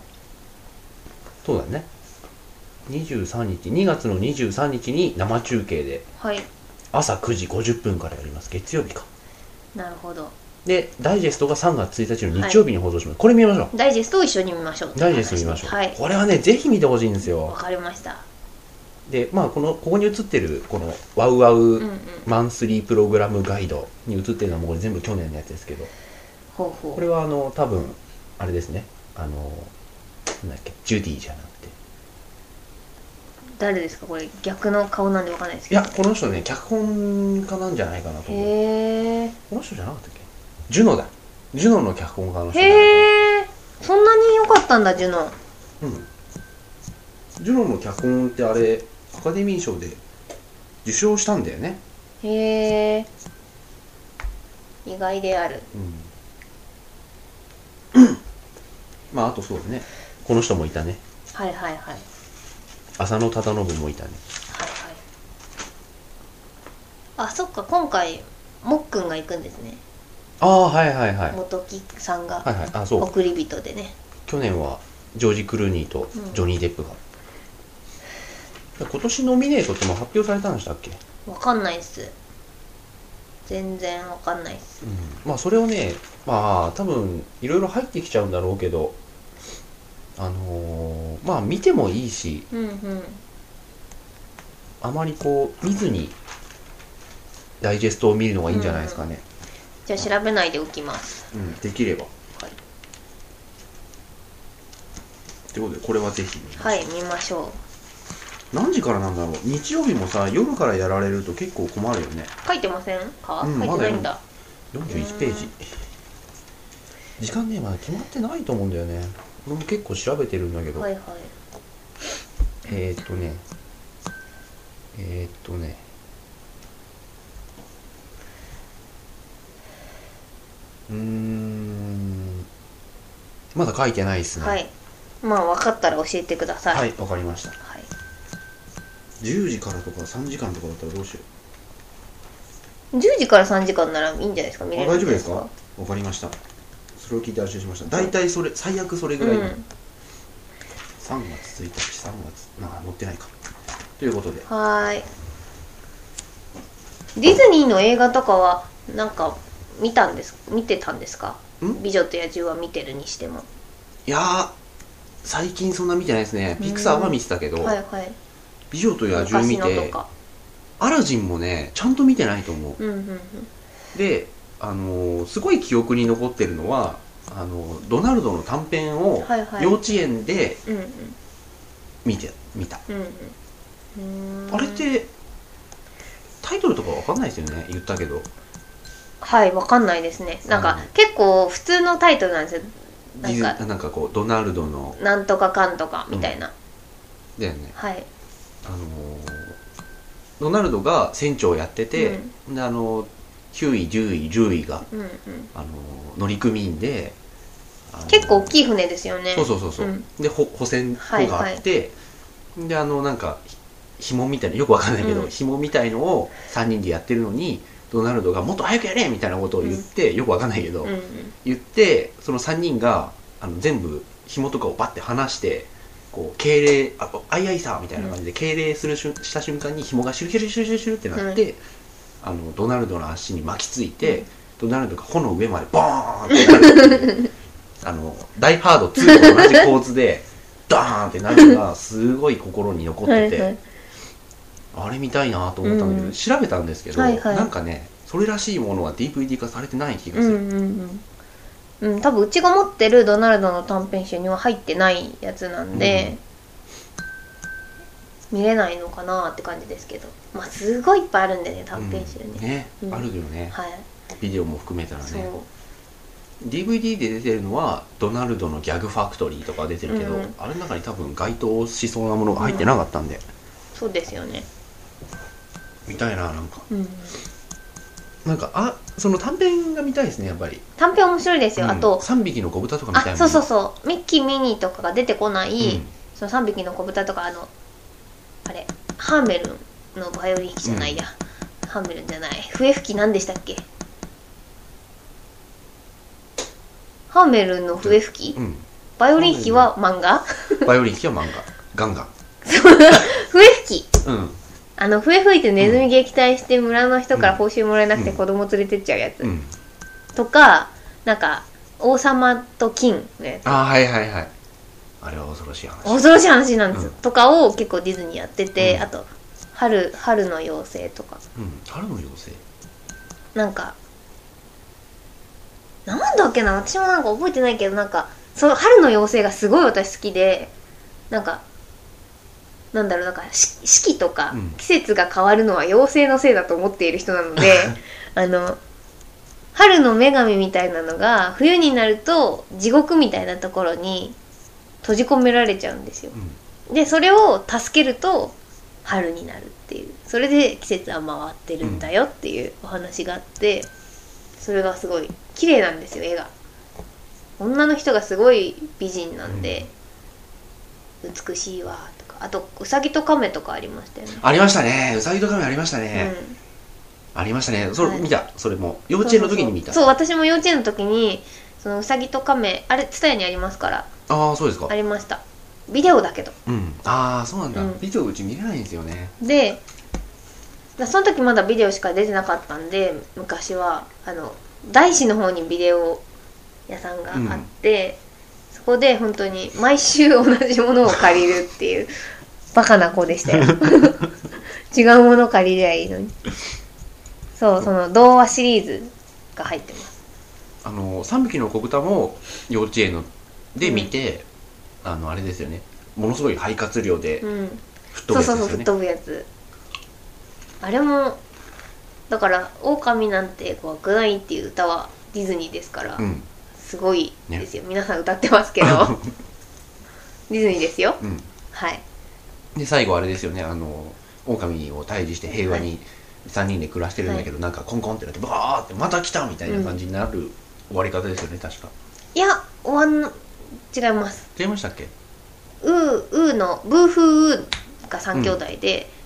S1: そうだね23日2月の23日に生中継で
S2: はい
S1: 朝9時50分からやります月曜日か
S2: なるほど
S1: でダイジェストが3月1日の日曜日に放送します、これ見ましょう
S2: ダイジェストを一緒に見ましょう
S1: ダイジェスト見ましょう、
S2: はい
S1: これはねぜひ見てほしいんです
S2: わ
S1: よ
S2: かりました
S1: でまあこのここに映ってるこのワウワ
S2: うんう
S1: ウ
S2: ん
S1: マンスリープログラムガイドに映ってるのはもうこれ全部去年のやつですけど
S2: ほうほ
S1: こ
S2: う
S1: れはあの多分あれですねあのなんだっけジュディじゃなくて
S2: 誰ですかこれ逆の顔なんでわかんないです
S1: い
S2: けど
S1: やこの人ね脚本家なんじゃないかなと思う
S2: へえ
S1: この人じゃなかったっけジュノだジュノの脚本家の人だ
S2: へえそんなに良かったんだジュノン
S1: うんジュノの脚本ってあれアカデミー賞で受賞したんだよね
S2: へえ意外である
S1: うんまああとそうだねこの人もいたね
S2: はいはいはいはい
S1: 浅野忠信もいたね
S2: はいあそっか今回もっくんが行くんですね
S1: ああはいはいはい
S2: 元木さん
S1: はい
S2: が
S1: はいあそう
S2: 送り人でね
S1: 去年はジョージ・クルーニーとジョニー・デップが、今年ノミネートってもう発表されたんでしたっけ、
S2: わかんないっす全然わかんないっす
S1: まあそれをねまあ多分いろいろ入ってきちゃうんだろうけどあのーまあ見てもいいし
S2: うんうん
S1: あまりこう見ずにダイジェストを見るのがいいんじゃないですかね、
S2: じゃあ調べないでおきます
S1: うん、できれば。
S2: はい
S1: ってことで、これはぜひ見ましょう
S2: はい見ましょ
S1: 何時からなんだろう日曜日もさ、夜からやられると結構困るよね。
S2: う書いてませんか、
S1: うん
S2: 書いてないんだ、
S1: 41ページ
S2: う。
S1: 時間ね、まだ決まってないと思うんだよね。俺も結構調べてるんだけど。
S2: はいはい
S1: えー、っとね。えー、っとね。うーん。まだ書いてないですね。
S2: はいまあ分かったら教えてください
S1: はい、わかりました。
S2: はい
S1: 10時からとか3時間とかだったらどうしよ
S2: 10時から3時間ならいいんじゃないですか
S1: う
S2: 見
S1: あ
S2: れ
S1: 大
S2: るん
S1: 丈夫ですかわかりましたそれを聞いて安心しました大体それ最悪それぐらい、
S2: う
S1: に
S2: ん
S1: 3月1日3月まあ載ってないかということで
S2: はーいディズニーの映画とかはなんか見たんです見てたんですか
S1: ん
S2: 美女と野獣は見てるにしても
S1: いやー最近そんな見てないですね
S2: うん
S1: ピクサーは見てたけど、
S2: はいはい
S1: 美女と野獣
S2: 昔
S1: 見
S2: のと
S1: て
S2: か
S1: アラジンもねちゃんと見てないと思
S2: うんうんうん
S1: うであのーすごい記憶に残ってるのはあのードナルドの短編を
S2: はいはい
S1: 幼稚園で
S2: うんうん
S1: 見て見た
S2: うんうんうーん
S1: あれってタイトルとかわかんないですよね言ったけど
S2: はいわかんないですねなんか
S1: うん
S2: 結構普通のタイトルなんですよ
S1: ディズ
S2: なんか
S1: なんかこうドナルドの
S2: なんとかかんとかみたいな、
S1: だよね
S2: はい
S1: あのードナルドが船長をやってて、であのーヒューイ10位10位が、
S2: うんうんうん
S1: あのー乗組員で、あのー
S2: 結構大きい船ですよね
S1: そうそうそうそう、
S2: うん
S1: でほ補船
S2: はい
S1: 庫があって、であのなんかひ紐みたいなよくわかんないけど、
S2: うん
S1: 紐みたいのを3人でやってるのにドナルドがもっと早くやれみたいなことを言って、よくわかんないけど、
S2: うん
S1: 言ってその3人があの全部紐とかをバッて離してこう敬礼ああいあいさみたいな感じで敬礼するしゅんした瞬間に紐がシュルシュルシュルシュルシュルってなって、あのドナルドの足に巻きついて、ドナルドが炎の上までボーンってなるって
S2: (laughs)
S1: いうあの「ダイ・ハード2」と同じ構図でダーンってなるのがすごい心に残っ
S2: は
S1: て
S2: い
S1: て、
S2: はい
S1: あれ見たいなと思ったんだけど、
S2: うん
S1: 調べたんですけど、
S2: はいはい
S1: なんかねそれらしいものは DVD 化されてない気が
S2: う
S1: す
S2: ん
S1: る。
S2: うんうんうん多分うちが持ってるドナルドの短編集には入ってないやつなんで、見れないのかなって感じですけどまあすごいいっぱいあるんでね短編集ね,、
S1: うんね、
S2: うん
S1: あるよね、
S2: はい
S1: ビデオも含めたら
S2: そう
S1: ね DVD で出てるのは「ドナルドのギャグファクトリー」とか出てるけど、
S2: うんうん
S1: あれの中に多分該当しそうなものが入ってなかったんで、
S2: そうですよね
S1: 見たいななんか
S2: うん
S1: なんかあその短編が見たいですねやっぱり、
S2: 短編面白いですよ、
S1: うん
S2: あと
S1: 3匹の子豚とか見たいも
S2: あ
S1: ん
S2: そうそう
S1: そ
S2: そうミッキーミニーとかが出てこない、
S1: うん
S2: その3匹の子豚とかあのあれハーメルンのバイオリン弾きじゃないや、ハーメルンじゃない笛吹き何でしたっけハーメルンの笛吹き、
S1: うん、
S2: バイオリン弾きは漫画 (laughs)
S1: バイオリン弾きは漫画ガンガ
S2: 笛吹き
S1: ンうん
S2: あの笛吹いてネズミ撃退して村の人から報酬もらえなくて
S1: うん
S2: 子供連れてっちゃうやつ、
S1: うん
S2: とかなんか王様と金のやつ
S1: あーはいはいはいあれは恐ろしい話
S2: 恐ろしい話なんですよ、
S1: うん
S2: とかを結構ディズニーやってて、
S1: うん
S2: あと春春の妖精とか
S1: うん春の妖精
S2: なんかなんだっけな私もなんか覚えてないけどなんかその春の妖精がすごい私好きでなんかなんだろうなんかし四季とか
S1: うん
S2: 季節が変わるのは妖精のせいだと思っている人な
S1: (laughs)
S2: のであの春の女神みたいなのが冬になると地獄みたいなところに閉じ込められちゃうんですよ。
S1: うん
S2: でそれを助けると春になるっていうそれで季節は回ってるんだよっていうお話があって、それがすごい綺麗なんですよ絵が女の人がすごい美人なんで、美しいわとかあとウサギとカメとかありましたよね、
S1: ありましたねうさぎとカメありましたね、ありましたねそれ、
S2: はい
S1: 見たそれも幼
S2: うん、
S1: 稚園の時に見た
S2: そうそうそう私も幼稚園の時にそのウサギとカメあれ蔦屋にありますから
S1: ああそうですか
S2: ありましたビデオだけど
S1: うん、ああそうなんだ、
S2: うん
S1: ビデオうち見れないんですよね
S2: でだその時まだビデオしか出てなかったんで昔はあの大師の方にビデオ屋さんがあって、そこで本当に毎週同じものを借りるって (laughs) いうバカな子で (laughs) したよ違うもの借りりゃいいのにそうその童話シリーズが入ってます
S1: あの3匹の子豚も幼稚園ので見て、あのあれですよねものすごい肺活量で
S2: うん
S1: 吹っ飛
S2: そう
S1: ぶ
S2: そ
S1: やつですよ
S2: うそう吹っ
S1: ね
S2: 飛ぶやつあれもだから「狼なんて怖くない」っていう歌はディズニーですから、
S1: うん
S2: すごいですよ、皆さん歌ってますけ
S1: (laughs)
S2: どディズニーですよ
S1: うん
S2: はい
S1: で最後あれですよねあの狼を退治して平和に3人で暮らしてるんだけど、なんかコンコンってなってバーってまた来たみたいな感じになる終わり方ですよね確か
S2: いや終わん違います
S1: 違いましたっけ
S2: ウーウーのブーフーウーが3兄弟で、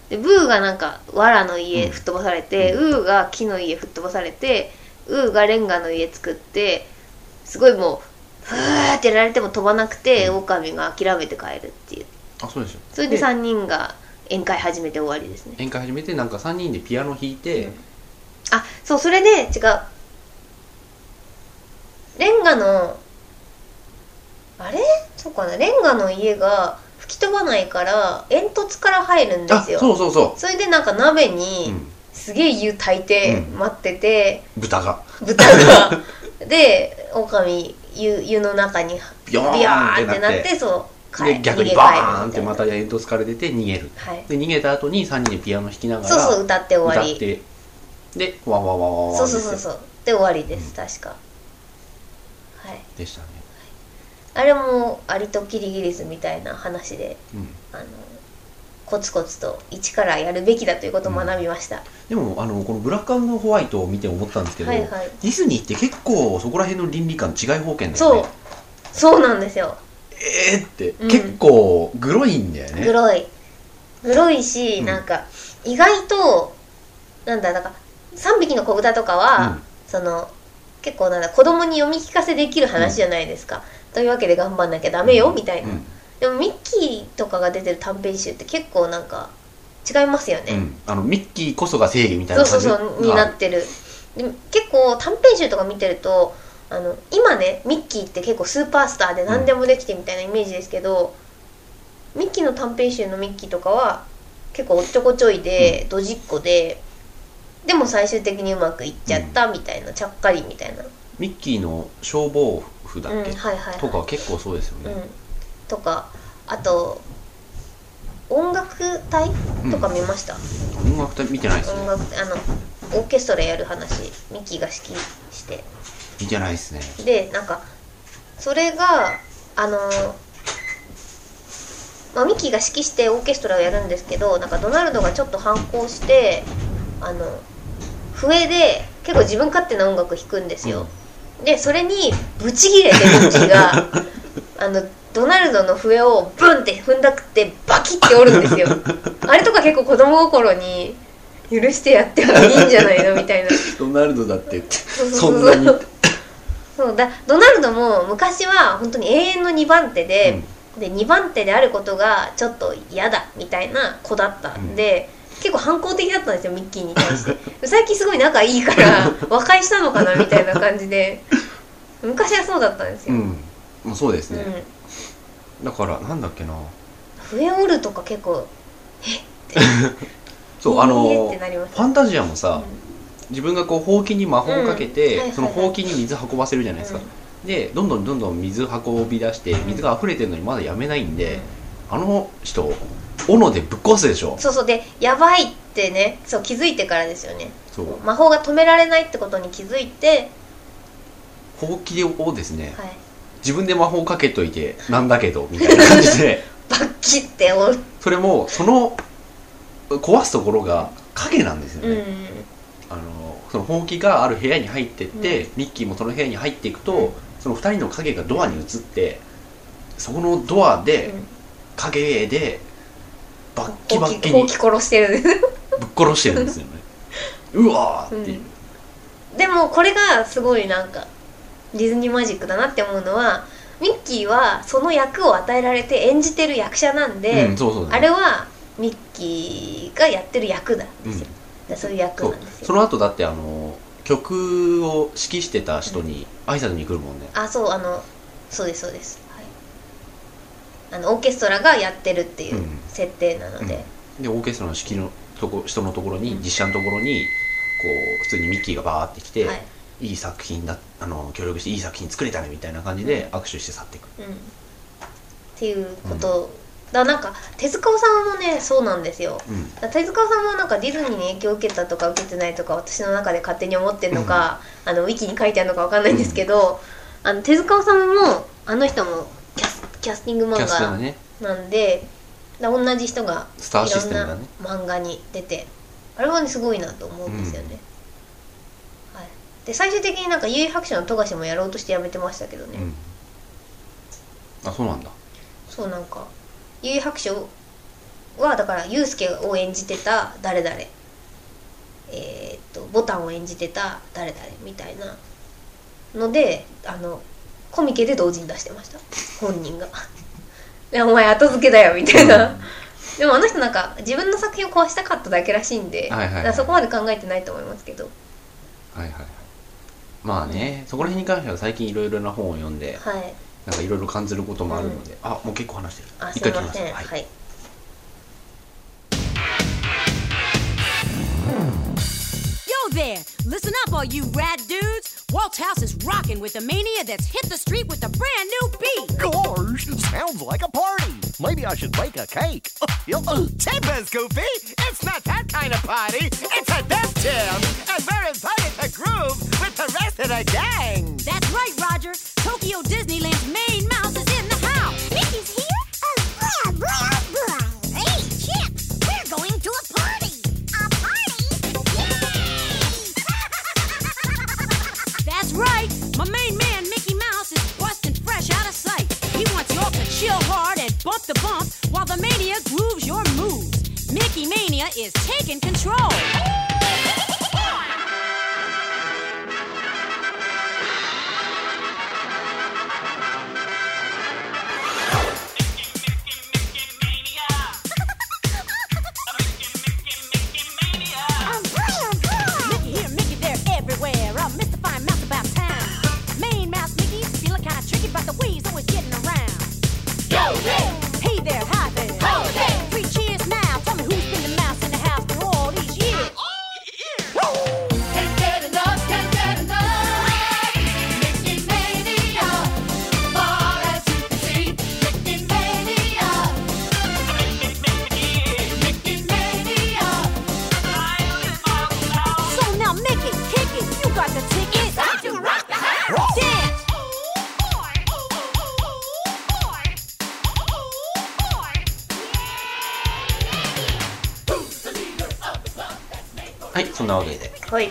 S2: でブーがなんか藁の家
S1: うん
S2: 吹っ飛ばされて、
S1: う
S2: ウーが木の家吹っ飛ばされてウーがレンガの家作ってすごいもうふーってやられても飛ばなくて、
S1: うん
S2: 狼が諦めて帰るっていう
S1: あそうですよ
S2: それで3人が宴会始めて終わりですね
S1: 宴会始めてなんか3人でピアノ弾いて、
S2: あそうそれで違うレンガのあれそうかなレンガの家が吹き飛ばないから煙突から入るんで
S1: あ
S2: すよ
S1: そうそうそ
S2: それでなんか鍋
S1: う、う
S2: に
S1: ん、
S2: すげえ湯炊いて
S1: うん
S2: 待ってて、
S1: 豚が
S2: 豚
S1: (laughs)
S2: がで狼湯湯の中に
S1: ビヨーン
S2: ビヤー
S1: っ
S2: ってて
S1: な
S2: な
S1: っ
S2: っててそう帰
S1: で逆
S2: 逃
S1: に
S2: げ帰る
S1: バーンって
S2: み
S1: ま
S2: た
S1: た
S2: いな
S1: 煙突かれてて逃げる
S2: はい
S1: で逃げた後に3人でピアノ弾きながら
S2: そうそう歌って終わ
S1: 歌っ
S2: り
S1: てでワンワンワンワンワン
S2: そうそうそう
S1: う
S2: そうで終わりです確かはい
S1: でしたね
S2: あれもアリとキリギリスみたいな話で
S1: うん
S2: あのコツコツと一からやるべきだということを学びました、
S1: でもあのこの「ブラックホワイト」を見て思ったんですけど、
S2: はいはい
S1: ディズニーって結構そこら辺の倫理観違い方権だよ
S2: そう
S1: ね
S2: そうなんですよ
S1: えーって、
S2: うん
S1: 結構グロいんだよ
S2: グ
S1: ね
S2: ロいグロいし、
S1: うん
S2: なんか意外となんだなんか3匹の子豚とかは、その結構なんだ子供に読み聞かせできる話じゃないですか、というわけで頑張んなきゃダメよみたいな、
S1: うん
S2: でもミッキーとかが出てる短編集って結構なんか違いますよ
S1: う
S2: ね、
S1: ん、あのミッキーこそが正義みたい
S2: そう
S1: な
S2: そ
S1: 感
S2: う
S1: じ
S2: そうになってるで結構短編集とか見てるとあの今ねミッキーって結構スーパースターで何でもできてみたいなイメージですけど、ミッキーの短編集のミッキーとかは結構おっちょこちょいで、ドジっ子ででも最終的にうまくいっちゃったみたいな、ちゃっかりみたいな
S1: ミッキーの消防服だっけ、
S2: うん、はいはい、はい、
S1: とかは結構そうですよ
S2: うん
S1: ね、、
S2: とかあと音楽隊
S1: うん
S2: とか見ました、
S1: 音楽隊見てないです
S2: 音
S1: ね
S2: 楽あのオーケストラやる話ミキが指揮して
S1: 見てないですね
S2: でなんかそれがあのーまあ、ミキが指揮してオーケストラをやるんですけどなんかドナルドがちょっと反抗してあの笛で結構自分勝手な音楽弾くんですよ、でそれにブチギレてミッキーがあのドナルドの笛をブンって踏んだくってバキって折るんですよあれとか結構子供心に許してやってもいいんじゃないのみたいな
S1: ドナルドだって
S2: う
S1: そんなに
S2: そうだドナルドも昔は本当に永遠の2番手で,、で2番手であることがちょっと嫌だみたいな子だったんで、結構反抗的だったんですよミッキーに対して
S1: (laughs)
S2: 最近すごい仲いいから和解したのかなみたいな感じで昔はそうだったんです
S1: う
S2: よ、
S1: ん、まあ、そうです
S2: うん
S1: ね、だからなんだっけな
S2: 笛折るとか結構
S1: そうあ
S2: いいえっ
S1: の
S2: てなりま
S1: フ
S2: す
S1: ァンタジアもさ、
S2: う
S1: 自分がこうほうきに魔法をかけて、
S2: うんはいはいはい
S1: そのほうきに水運ばせるじゃないですか、でどんどんどんどん水運び出して水が溢れてるのにまだやめないんで、あの人斧でぶっ壊すでしょ
S2: んそうそうでやばいってねそう気づいてからですよね
S1: そう
S2: 魔法が止められないってことに気づいて、
S1: ほうきをですね
S2: はい、
S1: 自分で魔法かけといてなんだけどみたいな感じ
S2: (laughs)
S1: で
S2: バッキって折る
S1: それもその壊すところが影なんですよ
S2: う
S1: ね、
S2: ん
S1: あのそのほうきがある部屋に入ってって、
S2: う
S1: ミッキーもその部屋に入っていくと、
S2: うん
S1: その2人の影がドアに移ってそこのドアで、影でバッキバッキ
S2: ほう
S1: に
S2: き殺してる (laughs)
S1: ぶっ殺してるんですよねうわーっていう、
S2: でもこれがすごいなんかディズニーマジックだなって思うのはミッキーはその役を与えられて演じてる役者なんで、
S1: うんそうそう
S2: あれはミッキーがやってる役なん
S1: う
S2: で
S1: ん
S2: すよ、そういう役
S1: そ
S2: な
S1: うん
S2: です
S1: そ
S2: よ
S1: の後だってあの曲を指揮してた人に挨拶に来るもんね、
S2: あそうあのそうですそうです、はい、あのオーケストラがやってるっていう
S1: うん
S2: 設定なので、
S1: でオーケストラの指揮のとこ人のところに、
S2: うん
S1: 実写のところにこう普通にミッキーがバーって来て、
S2: はいい、、
S1: い作品だあの協力していい作品作れたねみたいな感じで握手して去っていく、
S2: うん、っていうこと、だからなんか手塚治虫もねそうなんですよ
S1: うん
S2: だから手塚さんもなんかディズニーに影響を受けたとか受けてないとか私の中で勝手に思ってるのか、あのウィキに書いてあるのかわかんないんですけど、あの手塚さんもあの人もキャスキャスティング
S1: キャ
S2: 漫
S1: スターが
S2: 画
S1: ね
S2: なんで、だから同じ人が
S1: スター
S2: い
S1: シ
S2: ろ
S1: ス
S2: ん
S1: テムだ
S2: な
S1: ね
S2: 漫画に出てあれはねすごいなと思うんですよね、はい、で最終的になんか優位白書の富樫もやろうとしてやめてましたけどね、
S1: うんあそう (laughs) なんだ
S2: そうなんか優位白書はだからユウスケを演じてた誰々えーっとボタンを演じてた誰々みたいなのであのコミケで同時に出してました本人が (laughs) いやお前後付けだよみたいな、でもあの人なんか自分の作品を壊したかっただけらしいんで、
S1: はいはいはい
S2: だからそこまで考えてないと思いますけど
S1: はいはいはいまあねそこら辺に関しては最近いろいろな本を読んで
S2: はい
S1: なんかいろいろ感じることもあるので、あもう結構話してる
S2: あ
S1: 一
S2: すい
S1: 回切り
S2: ま
S1: ます
S2: せん
S1: はい
S2: はい
S3: Yo there! Listen up, all you rad dudes! Walt's house is rocking with a mania that's hit the street with a brand new beat!
S4: Gosh, sounds like a party. Maybe I should bake a cake. Uh, yo- uh, Tempers, Goofy. It's not that kind of party. It's a dance jam, and we're invited to groove with the rest of the gang.
S3: That's right, Roger! Tokyo Disneyland's main mouse is in the house! Mickey's here? Oh, blah, blah, blah! Hey, chicks! We're going to a party! A (laughs) party? that's right! My main man, Mickey Mouse, is busting fresh out of sight. He wants y'all to chill hard and bump the bump while the mania grooves your moves. Mickey Mania is taking control.
S1: はい、そんなわけで、
S2: はい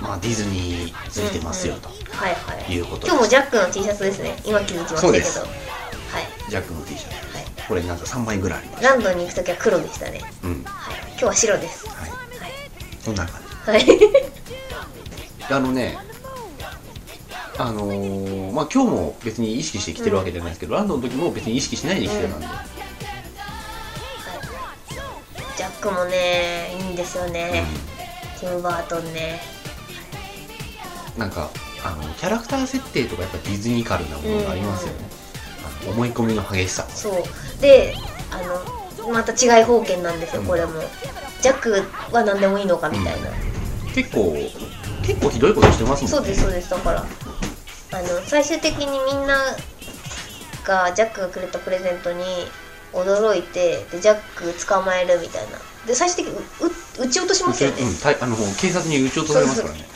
S1: まあ、ディズニーついてますよと
S2: はいはい
S1: いうことで
S2: 今日もジャックの T シャツですね今気づきましたけど
S1: そうです
S2: はい
S1: ジャックの T シャツ。
S2: はい
S1: これなんか3枚ぐらいあります。
S2: ランドに行く時は黒でしたね
S1: うん。は
S2: はい今日は白です
S1: い。そんな感
S2: はい (laughs)
S1: じ。あのね、あのーまあ今日も別に意識して来てるわけじゃないですけど、ランドの時も別に意識しないで来てたんで、
S2: ジャックもねいいんですよね
S1: うん
S2: ティム・バートンね
S1: なんかあのキャラクター設定とかやっぱディズニカルなものがありますよね、あの思い込みの激しさ
S2: そうであのまた違い封建なんですよ
S1: うん
S2: これもジャックは何でもいいのかみたいな、
S1: 結構結構ひどいことしてます
S2: そ
S1: も
S2: うん
S1: ね
S2: ですそうですだからあの最終的にみんながジャックがくれたプレゼントに驚いてでジャック捕まえるみたいなで最終的にうう撃ち落としますよね
S1: うん、たあの警察に撃ち落とされますからね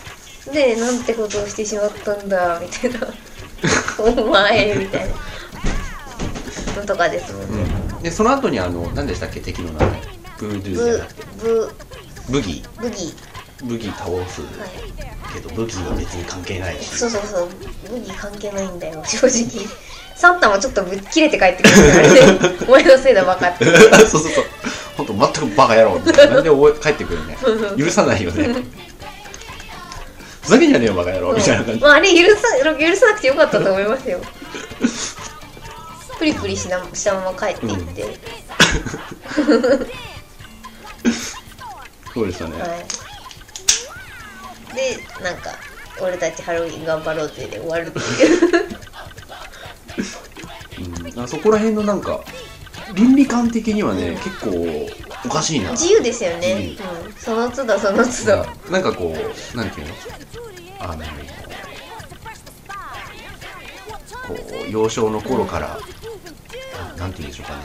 S2: でなんてことをしてしまったんだみたいな (laughs) お前みたいなのとかですもんね、
S1: うん、でその後にあの何でしたっけ敵の名前ブードゥーじゃなくて
S2: ブ
S1: ブギ
S2: ブブギ
S1: ブギ倒す
S2: はい
S1: けど、ブギは別に関係ないし
S2: そうそうそう、ブギ関係ないんだよ、正直。サンタもちょっとぶっ切れて帰ってくる
S1: (laughs)
S2: からね。お前のせいだ、分かって。
S1: そうそうそう。本当全くバカ野郎みたいな。なんで覚え帰ってくるね。許さないよね。ふざけんじゃねえよ、バカ野郎みたいな感じ。
S2: まあ、あれ許さ、許さなくてよかったと思いますよ。プリプリしなしたまま帰っていって、
S1: そうですよね。
S2: はい。で、なんか、俺たちハロウィン頑張ろうぜで終わるっていう。
S1: うん、あそこら辺のなんか、倫理観的にはね、結構おかしいな。
S2: 自由ですよね。うん。その都度その都度。
S1: なんかこう、なんていうのあの、こう、幼少の頃から、あなんていうんでしょうかね。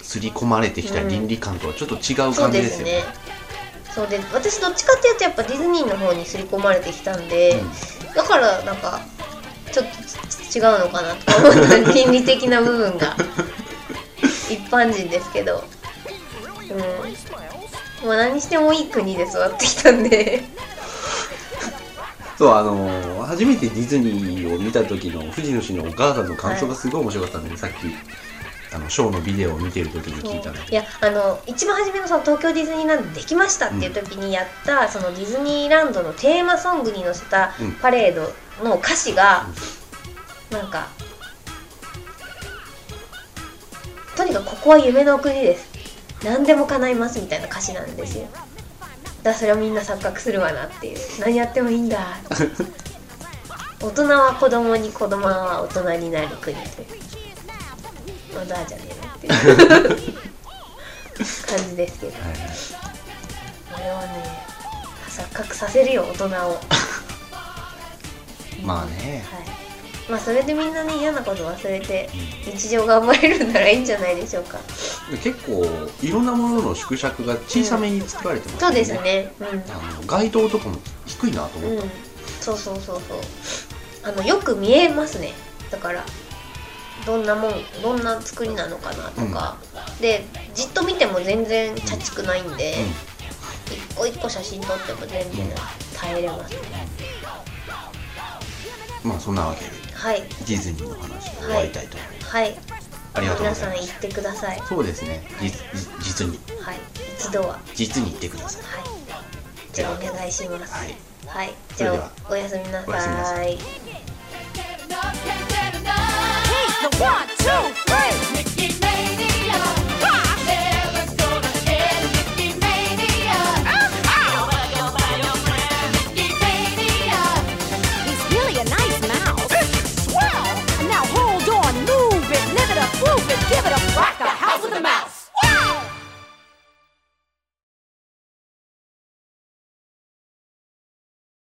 S1: 刷り込まれてきた倫理観とはちょっと違う
S2: そう
S1: 感じ
S2: で
S1: です
S2: す
S1: よ
S2: ね
S1: ね。。
S2: そうで私どっちかっていうとやっぱディズニーの方に刷り込まれてきたんで、だからなんかちょっと違うのかなとか思った倫理的な部分 (laughs) が一般人ですけど、うん、もう何してもいい国で育ってきたんで
S1: そうあのー初めてディズニーを見た時の藤野氏のお母さんの感想がすごい面白かったんで、さっきあのショーのビデオを見てる時に聞いたんで
S2: いやあの一番初めのその東京ディズニーランドできましたっていう時にやった、そのディズニーランドのテーマソングに載せた
S1: うん
S2: パレードの歌詞が、なんかとにかくここは夢の国です何でも叶いますみたいな歌詞なんですよだからそれはみんな錯覚するわなっていう何やってもいいんだ大人は子供に子供は大人になる国というまだじゃねえなっていう感じですけど
S1: はいはい
S2: これはね錯覚させるよ大人をはい
S1: まあね
S2: まあそれでみんなね嫌なこと忘れて日常が生まれるならいいんじゃないでしょうか
S1: 結構いろんなものの縮尺が小さめに作られてます
S2: そ
S1: よ
S2: うですねうん
S1: あの街灯とかも低いなと思って、
S2: うん、そうそうそうそうあのよく見えますねだからどんなもんどんな作りなのかなとか、でじっと見ても全然チャチくないんで、一個一個写真撮っても全然耐えれますね、
S1: まあそんなわけで
S2: はい
S1: ディズニーの話を終わりたいと思います、
S2: はい
S1: ありがとうご
S2: 皆
S1: ざい
S2: さん
S1: ま
S2: 行
S1: す
S2: ってくださいは
S1: そうですね実実実に
S2: い一度ははい
S1: 実に行ってください
S2: じゃあお願いします
S1: はい
S2: はい、
S1: そ
S2: じ
S1: れ
S2: ゃ
S1: では
S2: あおやすみな
S1: おやすみな
S2: さ
S1: さ
S2: い
S3: Give